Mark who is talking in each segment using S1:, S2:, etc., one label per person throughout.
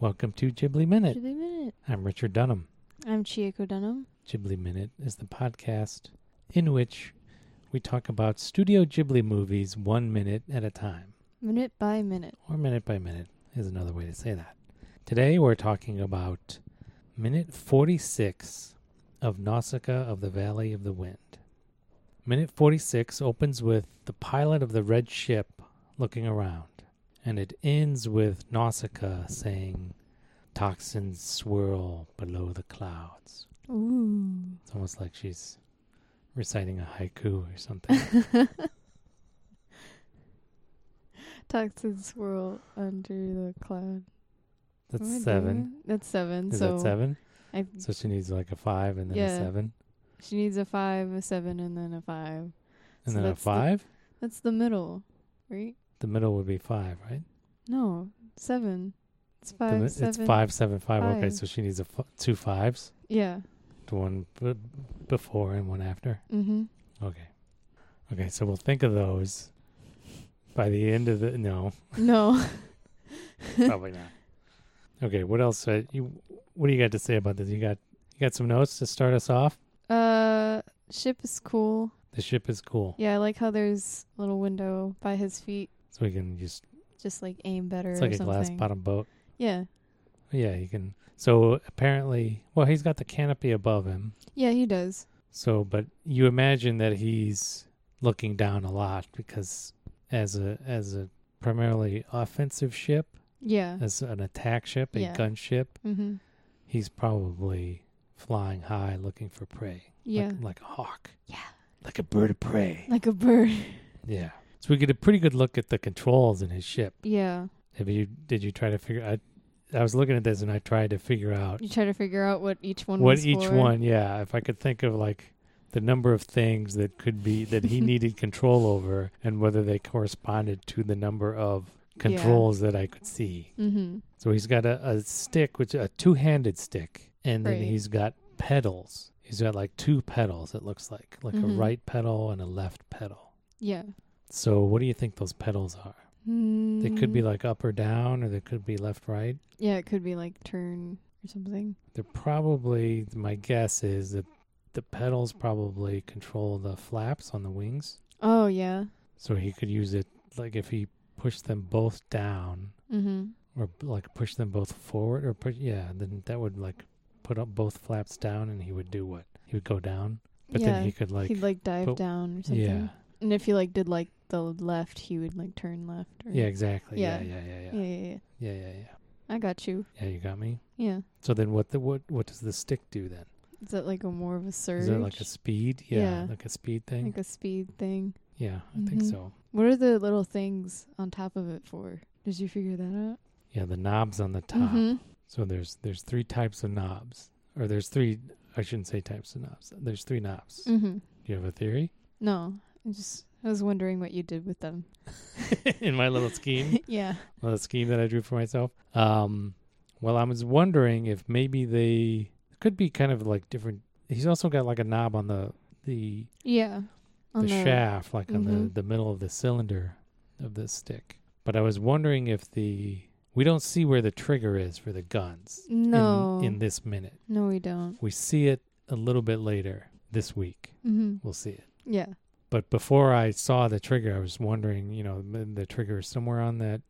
S1: Welcome to Ghibli Minute.
S2: Ghibli Minute.
S1: I'm Richard Dunham.
S2: I'm Chieko Dunham.
S1: Ghibli Minute is the podcast in which we talk about Studio Ghibli movies one minute at a time,
S2: Minute by minute.
S1: or minute by minute is another way to say that. Today we're talking about minute 46 of Nausicaa of the Valley of the Wind. Minute 46 opens with the pilot of the red ship looking around, and it ends with Nausicaa saying, Toxins swirl below the clouds.
S2: Ooh.
S1: It's almost like she's reciting a haiku or something.
S2: Toxins swirl under the cloud. Am Oh, I
S1: That's
S2: doing
S1: seven.
S2: it? That's seven.
S1: Is
S2: so
S1: that seven?
S2: I,
S1: So she needs like a five and then a
S2: Yeah.
S1: seven
S2: she needs a five, a seven, and then a five.
S1: and
S2: So
S1: then a
S2: that's the-
S1: five.
S2: That's the middle, right?
S1: The, middle would be five, right?
S2: No, seven. It's
S1: The
S2: five,
S1: mi-
S2: seven.
S1: it's five, seven, five. Okay,
S2: five.
S1: so she needs a f- two fives,
S2: Yeah.
S1: the one b- before and one after.
S2: Mm-hmm.
S1: Okay, okay. So we'll think of those by the end of the. No,
S2: No.
S1: probably not. Okay, what else? Uh, you, what do you got to say about this? You got you got some notes to start us off.
S2: Uh, ship is cool.
S1: The ship is cool,
S2: Yeah, I like how there's a little window by his feet.
S1: so we can just
S2: Just like aim better
S1: it's
S2: or
S1: like a
S2: something.
S1: glass bottom boat.
S2: Yeah.
S1: Yeah, he can. So apparently, well, he's got the canopy above him.
S2: Yeah, he does.
S1: So, but you imagine that he's looking down a lot because as a as a primarily offensive ship,
S2: Yeah.
S1: as an attack ship, a
S2: Yeah.
S1: gunship,
S2: Mm-hmm.
S1: he's probably flying high looking for prey.
S2: Yeah.
S1: Like, like a hawk.
S2: Yeah.
S1: Like a bird of prey.
S2: like a bird.
S1: yeah. So we get a pretty good look at the controls in his ship.
S2: Yeah.
S1: Have you did you try to figure I I was looking at this and I tried to figure out
S2: You try to figure out what each one
S1: what
S2: was
S1: each
S2: for.
S1: one yeah if i could think of like the number of things that could be that he needed control over and whether they corresponded to the number of controls that i could see
S2: Mm-hmm.
S1: so he's got a, a stick which a two-handed stick and then
S2: Right.
S1: he's got pedals he's got like two pedals it looks like like a
S2: Mhm.
S1: right pedal and a left pedal
S2: Yeah.
S1: so what do you think those pedals are
S2: Mm.
S1: they could be like up or down or they could be left right
S2: Yeah, it could be like turn or something.
S1: They're probably, my guess is that the pedals probably control the flaps on the wings.
S2: Oh yeah.
S1: So he could use it, like if he pushed them both down
S2: Mm-hmm.
S1: or like push them both forward or push, yeah, then that would like put up both flaps down and he would do what? He would go down. But
S2: yeah.
S1: then he could like,
S2: He'd like dive
S1: put-
S2: down or something.
S1: yeah,
S2: And if he like did like the left, he would like turn left. Or...
S1: yeah, exactly. Yeah.
S2: Yeah.
S1: Yeah, yeah, yeah,
S2: Yeah,
S1: yeah,
S2: yeah, yeah.
S1: yeah, yeah, yeah.
S2: I got you.
S1: you got me.
S2: Yeah.
S1: So then what the, what, what does the stick do then?
S2: Is that like a more of a surge?
S1: Is it like a speed? Yeah.
S2: Yeah.
S1: Like a speed thing?
S2: Like a speed thing?
S1: yeah, I think
S2: Mhm.
S1: so.
S2: What are the little things on top of it for? Did you figure that out?
S1: Yeah, the knobs on the top.
S2: Mm-hmm.
S1: So there's there's three types of knobs, or there's three. I shouldn't say types of knobs. There's three knobs.
S2: Mm-hmm.
S1: Do you have a theory
S2: No, I just I was wondering what you did with them.
S1: in my little scheme,
S2: yeah.
S1: my little scheme that I drew for myself? Um, well, I was wondering if maybe they could be kind of like different. He's also got like a knob on the the
S2: Yeah.
S1: the, shaft, like on the
S2: Mhm.
S1: the middle of the cylinder of the stick. But I was wondering if the we don't see where the trigger is for the guns in-
S2: No.
S1: in this minute.
S2: no, we don't.
S1: We see it a little bit later this week.
S2: hmm
S1: We'll see it.
S2: Yeah.
S1: But before I saw the trigger, I was wondering, you know, m- the trigger is somewhere on that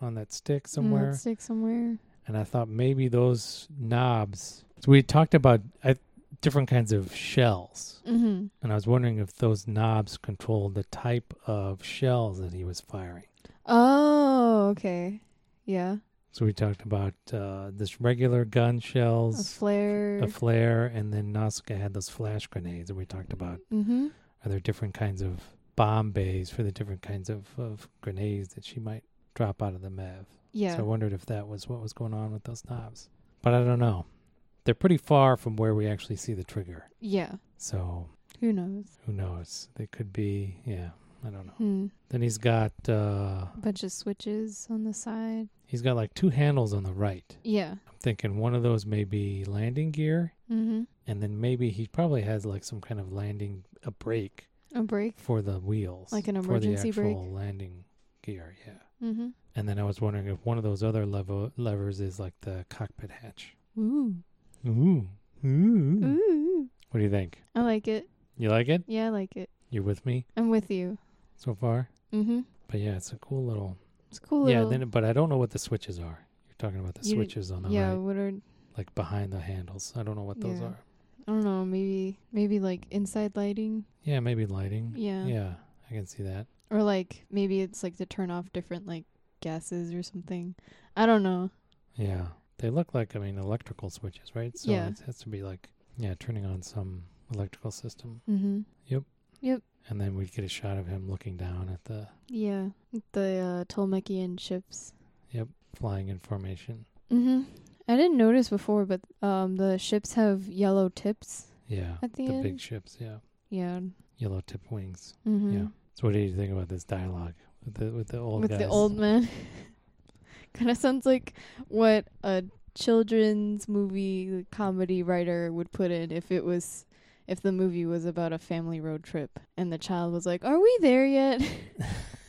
S1: on that stick somewhere,
S2: Mm, Let's stick somewhere.
S1: and I thought maybe those knobs. So we talked about uh, different kinds of shells,
S2: Mm-hmm.
S1: and I was wondering if those knobs controlled the type of shells that he was firing.
S2: Oh, okay. Yeah.
S1: So we talked about uh, this regular gun
S2: A
S1: shells,
S2: flare.
S1: a flare, and then Nausicaa had those flash grenades, and we talked about
S2: mm-hmm.
S1: are there different kinds of bomb bays for the different kinds of, of grenades that she might drop out of the MEV?
S2: Yeah.
S1: So I wondered if that was what was going on with those knobs. But I don't know. They're pretty far from where we actually see the trigger.
S2: yeah.
S1: So
S2: Who knows?
S1: who knows? They could be, yeah, I don't know.
S2: Hmm.
S1: Then he's got, uh,
S2: Bunch of switches on the side.
S1: he's got like two handles on the right.
S2: Yeah.
S1: I'm thinking one of those may be landing gear.
S2: Mm-hmm.
S1: And then maybe he probably has like some kind of landing, a brake
S2: A break.
S1: for the wheels.
S2: Like an
S1: for the
S2: emergency brake?
S1: actual landing gear, yeah.
S2: Mm-hmm.
S1: And then I was wondering if one of those other level levers is like the cockpit hatch.
S2: Ooh.
S1: Ooh. Ooh.
S2: Ooh.
S1: What do you think?
S2: I like it.
S1: You like it?
S2: Yeah, I like it.
S1: You with me
S2: I'm with you.
S1: so far?
S2: Mm-hmm.
S1: But yeah, it's a cool little.
S2: It's cool.
S1: Yeah,
S2: little-
S1: then but I don't know what the switches are. You're talking about the
S2: You d-
S1: switches on the
S2: yeah,
S1: right,
S2: what are
S1: like behind the handles. I don't know what those
S2: Yeah.
S1: are.
S2: I don't know, maybe maybe like inside lighting.
S1: Yeah, maybe lighting.
S2: Yeah.
S1: yeah, I can see that.
S2: Or like maybe it's like to turn off different like gases or something. I don't know.
S1: Yeah. They look like, I mean, electrical switches, right? So
S2: Yeah.
S1: it has to be like, yeah, turning on some electrical system.
S2: Mm-hmm.
S1: And then we'd get a shot of him looking down at the
S2: Yeah. The uh Tolmekian ships.
S1: flying in formation.
S2: Mm-hmm. I didn't notice before, but um the ships have yellow tips
S1: Yeah.
S2: at the,
S1: the
S2: end.
S1: big ships, yeah.
S2: yeah.
S1: Yellow tip wings.
S2: Mm-hmm.
S1: Yeah. So what do you think about this dialogue with the, with the old
S2: With
S1: guys?
S2: the old man. kind of sounds like what a children's movie comedy writer would put in if it was if the movie was about a family road trip and the child was like, "Are we there yet?"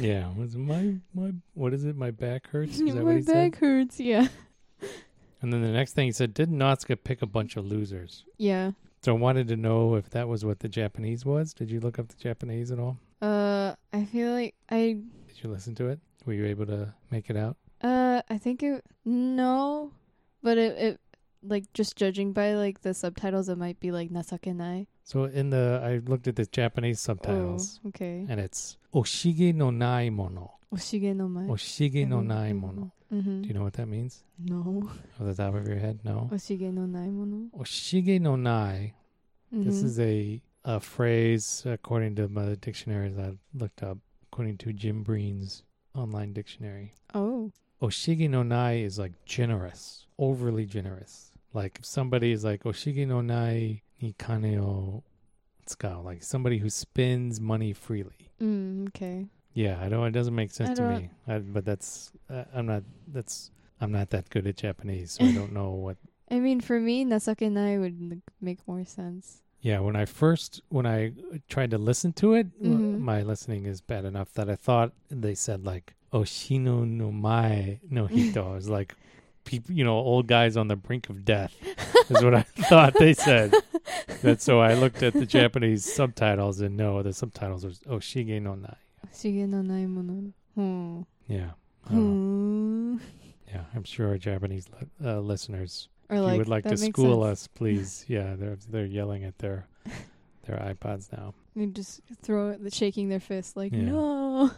S1: Yeah. Was my, my, what is it? My back hurts? Is that what
S2: My
S1: he said?
S2: back hurts. Yeah.
S1: And then the next thing he said, did Notska pick a bunch of losers?
S2: Yeah.
S1: So I wanted to know if that was what the Japanese was. Did you look up the Japanese at all?
S2: Uh I feel like I
S1: Did you listen to it? Were you able to make it out?
S2: uh I think it no, but it it like just judging by like the subtitles it might be like Nasakenai.
S1: So in the I looked at the Japanese subtitles
S2: Oh, okay.
S1: and it's Oshige no nai mono.
S2: Oshige no mai.
S1: Oshige no nai mono.
S2: Mm-hmm.
S1: Do you know what that means?
S2: No.
S1: Off the top of your head? No.
S2: Oshige no nai mono.
S1: Oshige no nai. This
S2: Mhm.
S1: is a a phrase according to my dictionaries I looked up, according to Jim Breen's online dictionary.
S2: oh.
S1: Oshige no nai is like generous, overly generous. Like if somebody is like Oshige no nai ni kane o tsukau, like somebody who spends money freely.
S2: Mm, okay.
S1: Yeah, I don't. It doesn't make sense
S2: I
S1: to
S2: don't-
S1: me. I, but that's I, I'm not. That's I'm not that good at Japanese, so I don't know what.
S2: I mean, for me, Nasake Nai would like, make more sense.
S1: Yeah, when I first when I tried to listen to it, uh,
S2: Mhm.
S1: my listening is bad enough that I thought they said like Oshino no mai no hito. It's like people, you know, old guys on the brink of death is what I thought they said. That's so I looked at the Japanese subtitles and no, the subtitles was Oshige no nai.
S2: Oshige no nai mono. Hmm.
S1: Yeah. I don't know.
S2: Hmm.
S1: Yeah, I'm sure our Japanese li- uh, listeners
S2: Or
S1: If
S2: like,
S1: you would like
S2: that
S1: to
S2: makes
S1: school
S2: sense.
S1: us, please. Yeah, they're they're yelling at their their iPods now.
S2: They just throw it, shaking their fist like,
S1: Yeah.
S2: no.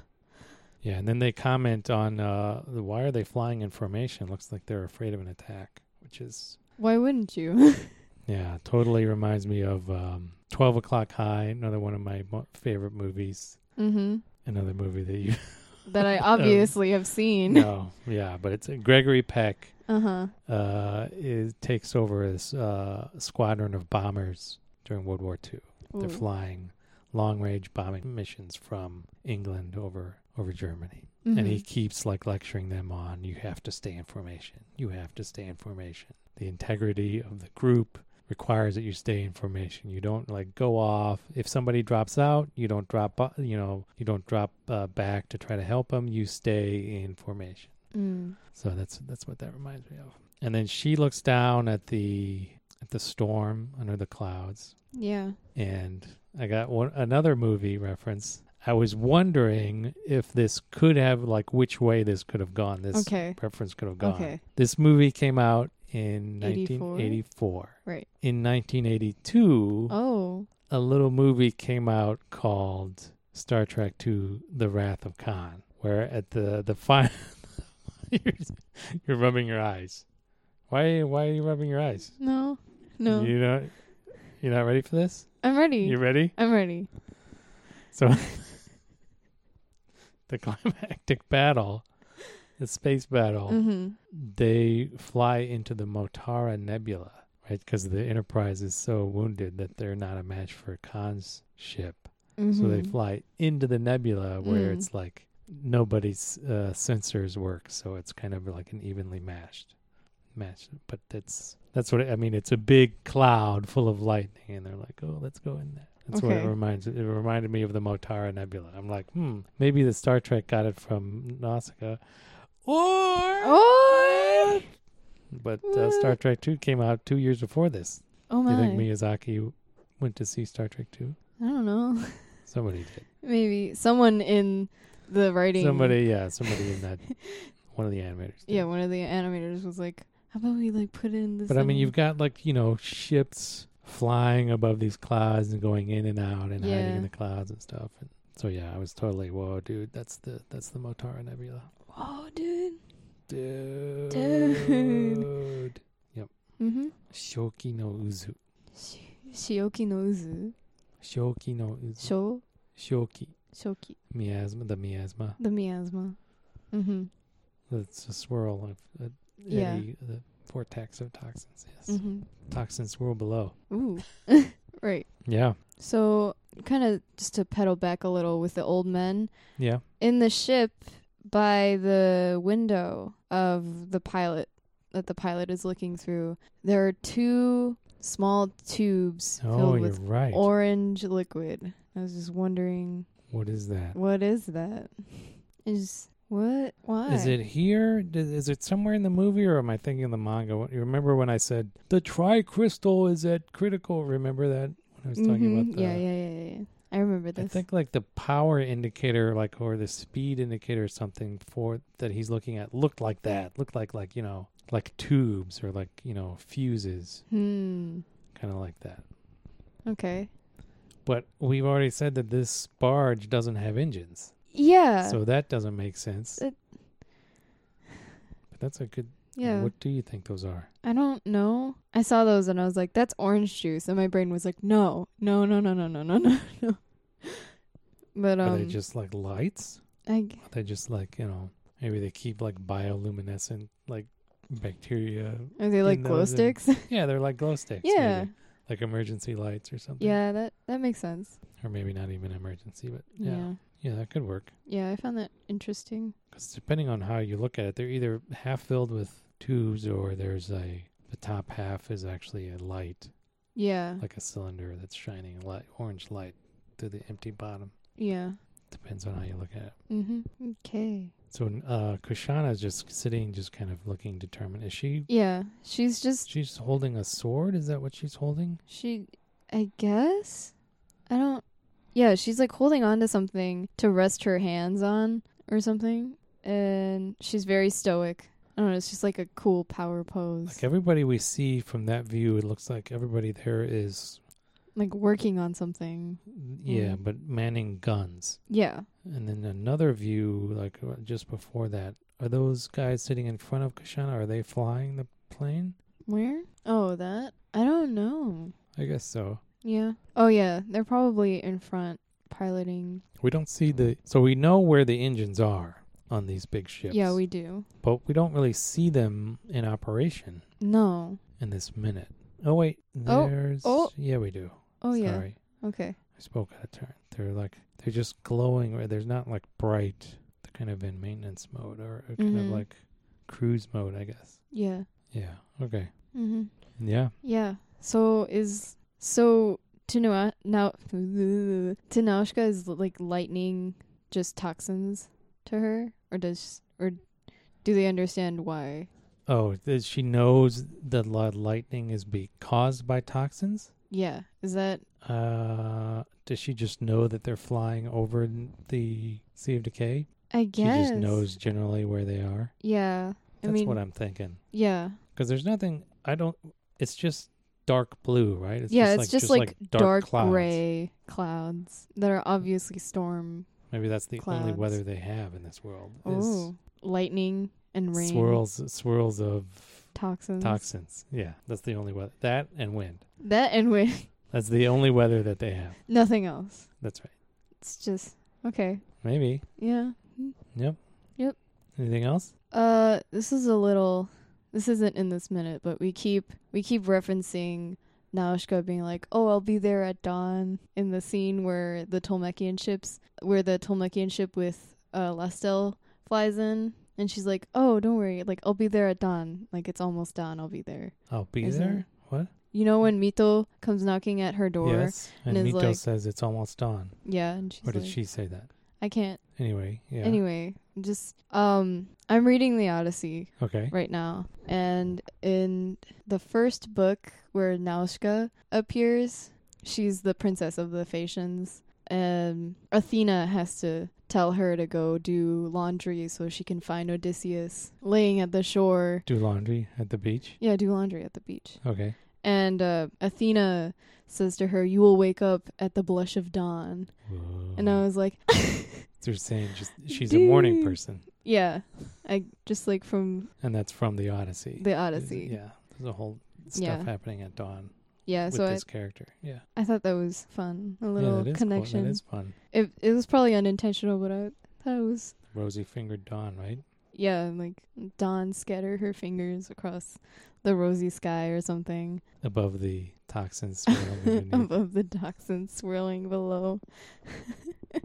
S1: Yeah, and then they comment on uh, the- why are they flying in formation? Looks like they're afraid of an attack, which is
S2: Why wouldn't you?
S1: yeah, totally reminds me of um, Twelve O'clock High, another one of my mo- favorite movies.
S2: mm-hmm.
S1: Another movie that you
S2: That I obviously have seen.
S1: know, yeah, but it's Gregory Peck
S2: Uh huh.
S1: uh, is takes over as uh, squadron of bombers during World War II. They're flying long range bombing missions from England over over Germany.
S2: Mm-hmm.
S1: And he keeps like lecturing them on you have to stay in formation. You have to stay in formation. The integrity of the group requires that you stay in formation. You don't like go off. If somebody drops out, you don't drop bu- you know, you don't drop uh, back to try to help them. You stay in formation.
S2: Mm.
S1: So that's that's what that reminds me of. And then she looks down at the at the storm under the clouds
S2: Yeah.
S1: and I got one another movie reference. I was wondering if this could have like which way this could have gone. This
S2: Okay.
S1: reference could have gone.
S2: Okay.
S1: This movie came out in
S2: 84?
S1: 1984.
S2: Right.
S1: In 1982,
S2: Oh.
S1: a little movie came out called Star Trek II: The Wrath of Khan, where at the the final you're, you're rubbing your eyes. Why why are you rubbing your eyes?
S2: No. No.
S1: You know you're not ready for this?
S2: I'm ready.
S1: You ready?
S2: I'm ready.
S1: So the climactic battle, the space battle,
S2: Mm-hmm.
S1: they fly into the Motara Nebula, right? Because the Enterprise is so wounded that they're not a match for Khan's ship. So they fly into the nebula where
S2: Mm-hmm. Mm.
S1: it's like nobody's uh, sensors work, so it's kind of like an evenly mashed match. But that's that's what I mean. It's a big cloud full of lightning, and they're like, "Oh, let's go in there." That's what it
S2: Okay.
S1: reminds. It reminded me of the Motara Nebula. I'm like, hmm, maybe the Star Trek got it from Nausicaa, or
S2: Oh,
S1: but uh, Star Trek Two came out two years before this.
S2: oh
S1: Do you
S2: my!
S1: think Miyazaki went to see Star Trek Two?
S2: I don't know.
S1: Somebody did.
S2: Maybe someone in the writing.
S1: Somebody, yeah, somebody in that one of the animators. did.
S2: Yeah, one of the animators was like, "How about we like put in this?"
S1: But I mean,
S2: um,
S1: you've got like you know ships flying above these clouds and going in and out and hiding
S2: Yeah.
S1: in the clouds and stuff. And so yeah, I was totally whoa, dude. That's the that's the Motara Nebula,
S2: Oh, dude.
S1: dude.
S2: Dude.
S1: Yep.
S2: Mm-hmm.
S1: Shoki no Uzu.
S2: Shi- Shioki no Uzu.
S1: Shoki no Uzu.
S2: Sho
S1: Shoki
S2: Shoki.
S1: miasma. The miasma.
S2: The miasma. Mm-hmm.
S1: It's a swirl of uh,
S2: Yeah.
S1: eddy, the vortex of toxins. Yes,
S2: Mm-hmm.
S1: toxin swirl below.
S2: Ooh. right.
S1: Yeah,
S2: So, kind of just to pedal back a little with the old men
S1: yeah.
S2: in the ship by the window of the pilot that the pilot is looking through. There are two small tubes
S1: Oh,
S2: filled
S1: you're
S2: with
S1: right.
S2: orange liquid. I was just wondering,
S1: what is that?
S2: what is that? Is what? Why?
S1: Is it here? D- Is it somewhere in the movie, or am I thinking of the manga? What- You remember when I said the tricrystal is at critical? Remember that when I was talking
S2: Mhm.
S1: about the.
S2: yeah, yeah, yeah, yeah, yeah. I remember
S1: I
S2: this.
S1: think like the power indicator, like or the speed indicator, or something for that he's looking at looked like that. Looked like like you know like tubes or like you know fuses,
S2: hmm.
S1: kind of like that.
S2: Okay.
S1: But we've already said that this barge doesn't have engines,
S2: Yeah.
S1: so that doesn't make sense.
S2: Uh. it-
S1: but that's a good.
S2: yeah.
S1: What do you think those are?
S2: I don't know. I saw those and I was like, "That's orange juice," and my brain was like, "No, no, no, no, no, no, no, no." no." But um,
S1: are they just like lights?
S2: I g-
S1: They just like you know maybe they keep like bioluminescent like bacteria.
S2: are they like
S1: in
S2: glow
S1: those and-
S2: sticks?
S1: Yeah, they're like glow sticks.
S2: yeah,
S1: maybe. like emergency lights or something.
S2: yeah, that that makes sense.
S1: or maybe not even emergency, but
S2: Yeah.
S1: yeah,
S2: yeah,
S1: yeah, that could work.
S2: I found that interesting.
S1: Because depending on how you look at it, they're either half filled with tubes or there's a the top half is actually a light,
S2: Yeah,
S1: like a cylinder that's shining a light, orange light through the empty bottom.
S2: yeah.
S1: Depends on how you look at it.
S2: Mhm. Okay.
S1: So uh, Kushana is just sitting, just kind of looking determined. Is she
S2: Yeah, she's just
S1: She's holding a sword. Is that what she's holding?
S2: she. I guess I don't. Yeah, she's like holding on to something to rest her hands on or something, and she's very stoic. I don't know. It's just like a cool power pose.
S1: Like everybody we see from that view, it looks like everybody there is,
S2: like working on something.
S1: yeah,
S2: Mhm.
S1: but manning guns.
S2: Yeah.
S1: And then another view, like uh, just before that, are those guys sitting in front of Kashana? Are they flying the plane?
S2: Where? Oh, that? I don't know.
S1: I guess so.
S2: Yeah. Oh, yeah. They're probably in front piloting.
S1: We don't see the. So we know where the engines are on these big ships.
S2: Yeah, we do.
S1: But we don't really see them in operation
S2: No.
S1: in this minute. Oh wait,
S2: Oh,
S1: there's.
S2: oh.
S1: Yeah, we do.
S2: Oh, yeah.
S1: Sorry.
S2: Okay.
S1: I spoke out of turn. They're like they're just glowing. Or they're not like bright. They're kind of in maintenance mode or, or kind of
S2: Mhm.
S1: like cruise mode, I guess.
S2: Yeah.
S1: Yeah. Okay.
S2: Mm-hmm.
S1: Yeah.
S2: Yeah. So is so Tanua now Tanaushka is like lightning just toxins to her, or does or do they understand why?
S1: Oh, th- she knows that li- lightning is be caused by toxins.
S2: Yeah. Is that
S1: Uh, does she just know that they're flying over n- the Sea of Decay?
S2: I guess
S1: She just knows generally where they are.
S2: Yeah. I
S1: That's
S2: mean,
S1: what I'm thinking.
S2: yeah.
S1: Because there's nothing. I don't. It's just dark blue, right? It's
S2: yeah, it's just, like, dark,
S1: clouds.
S2: gray clouds that are obviously storm.
S1: Maybe that's the only
S2: Clouds.
S1: weather they have in this world.
S2: Oh, lightning and
S1: Is
S2: rain
S1: swirls, swirls of
S2: toxins.
S1: toxins. Yeah, that's the only weather. That and wind.
S2: That and wind.
S1: That's the only weather that they have.
S2: Nothing else.
S1: That's right.
S2: It's just okay.
S1: Maybe.
S2: Yeah.
S1: Yep.
S2: Yep.
S1: Anything else?
S2: Uh, this is a little. This isn't in this minute, but we keep we keep referencing Naushka being like, "Oh, I'll be there at dawn." In the scene where the Tolmekian ships, where the Tolmekian ship with uh Lestel flies in, and she's like, "Oh, don't worry, like I'll be there at dawn. Like it's almost dawn. I'll be there."
S1: I'll be
S2: Is
S1: there.
S2: there-
S1: What?
S2: You know when Mito comes knocking at her door?
S1: Yes. And,
S2: and is
S1: Mito
S2: like-
S1: says it's almost dawn.
S2: Yeah, and she's
S1: Or did
S2: like,
S1: she say that?
S2: I can't.
S1: Anyway, yeah.
S2: Anyway, just um I'm reading the Odyssey
S1: Okay.
S2: right now. And in the first book where Naushka appears, she's the princess of the Phaeacians. And Athena has to tell her to go do laundry so she can find Odysseus laying at the shore.
S1: Do laundry at the beach.
S2: Yeah, do laundry at the beach.
S1: Okay.
S2: And uh, Athena says to her, You will wake up at the blush of dawn. And uh, I
S1: Whoa.
S2: was like,
S1: They're saying just, she's a morning
S2: Dude.
S1: person.
S2: Yeah. I just like from
S1: And that's from the Odyssey.
S2: the Odyssey. Yeah.
S1: Yeah. There's a whole stuff
S2: Yeah.
S1: happening at dawn with
S2: so I,
S1: this character. Yeah.
S2: I thought that was fun. A
S1: yeah,
S2: little
S1: that is cool.
S2: connection.
S1: That is fun.
S2: it it was probably unintentional, but I thought it was
S1: Rosy fingered dawn, right?
S2: yeah, and, like Dawn scatter her fingers across the rosy sky or something
S1: Above the toxins swirling underneath.
S2: above the dachshund swirling below.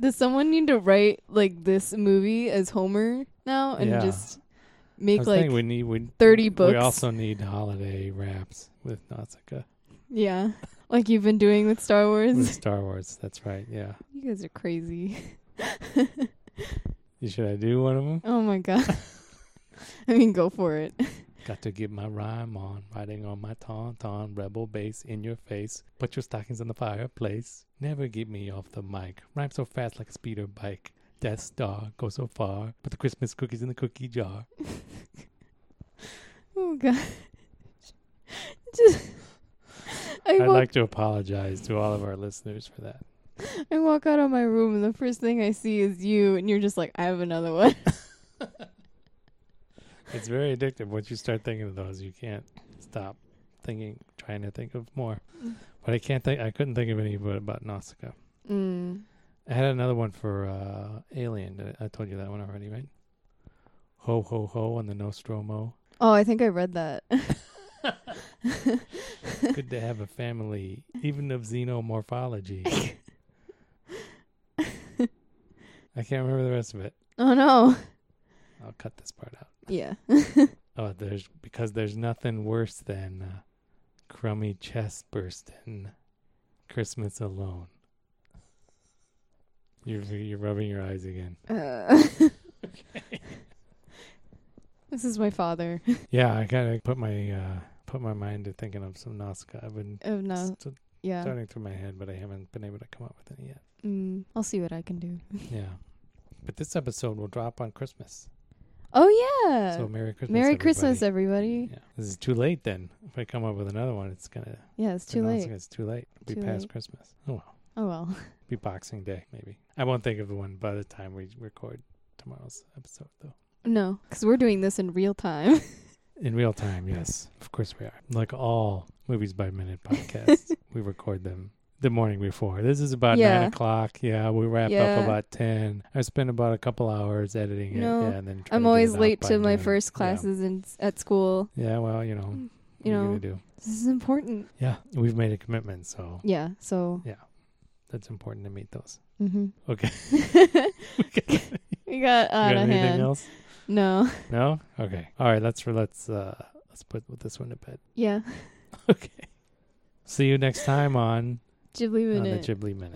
S2: Does someone need to write like this movie as Homer now and
S1: Yeah.
S2: just
S1: I
S2: make
S1: was
S2: like
S1: thinking we need we
S2: 30
S1: We
S2: books.
S1: also need holiday wraps with Nausicaa.
S2: yeah, like you've been doing with Star
S1: with
S2: Wars?
S1: Star Wars. That's right. Yeah.
S2: you guys are crazy.
S1: You should I do one of them?
S2: Oh my god. I mean, go for it.
S1: Got to get my rhyme on, riding on my tauntaun, rebel base in your face. Put your stockings in the fireplace. Never get me off the mic. Rhyme so fast like a speeder bike. Death Star, go so far. Put the Christmas cookies in the cookie jar.
S2: Oh god. Just I
S1: I'd
S2: walk
S1: like to apologize to all of our listeners for that.
S2: I walk out of my room and the first thing I see is you and you're just like, I have another one.
S1: It's very addictive. Once you start thinking of those, you can't stop thinking, trying to think of more.
S2: Mm.
S1: But I can't think. I couldn't think of any but about Nausicaa.
S2: Mm.
S1: I had another one for uh, Alien. Did I I told you that one already, right? Ho ho ho on the Nostromo.
S2: Oh, I think I read that.
S1: Good to have a family, even of xenomorphology. I can't remember the rest of it.
S2: oh no.
S1: I'll cut this part out.
S2: Yeah.
S1: Oh, there's because there's nothing worse than uh, crummy chest bursting Christmas alone. You're you're rubbing your eyes again.
S2: Uh, This is my father.
S1: Yeah, I gotta put my uh, put my mind to thinking of some Nausicaa. I've been
S2: Oh no.
S1: st-
S2: Yeah.
S1: starting through my head, but I haven't been able to come up with any yet.
S2: Mm. I'll see what I can do.
S1: Yeah, but this episode will drop on Christmas.
S2: Oh yeah.
S1: so Merry Christmas!
S2: Merry Christmas,
S1: everybody.
S2: everybody.
S1: Yeah. This is too late. Then if I come up with another one, it's gonna
S2: Yeah, it's
S1: for
S2: too
S1: Nausicaa,
S2: late.
S1: It's too late. It'll be
S2: Too
S1: past
S2: late.
S1: Christmas. Oh well.
S2: Oh well.
S1: Be Boxing Day, maybe. I won't think of the one by the time we record tomorrow's episode, though.
S2: No, because we're doing this in real time.
S1: In real time, yes. Of course we are. Like all Movies by Minute podcasts, we record them the morning before. This is about
S2: Yeah.
S1: 9 o'clock. Yeah, we wrap
S2: Yeah.
S1: up about 10. I spend about a couple hours editing
S2: No,
S1: it. Yeah, and then try to
S2: I'm
S1: get
S2: always
S1: it out
S2: late
S1: by
S2: to my
S1: noon.
S2: first
S1: Yeah.
S2: classes in at school.
S1: Yeah. well, you know,
S2: You
S1: you know,
S2: know,
S1: to do.
S2: this is important.
S1: Yeah, we've made a commitment, so
S2: Yeah. So.
S1: that's important to meet those.
S2: Mm-hmm.
S1: Okay.
S2: we got
S1: You
S2: out
S1: got
S2: of
S1: anything
S2: hand.
S1: else?
S2: No.
S1: No? Okay. All right, let's let's uh let's put this one to bed.
S2: Yeah.
S1: See you next time on,
S2: Ghibli
S1: on the
S2: minute.
S1: Ghibli Minute.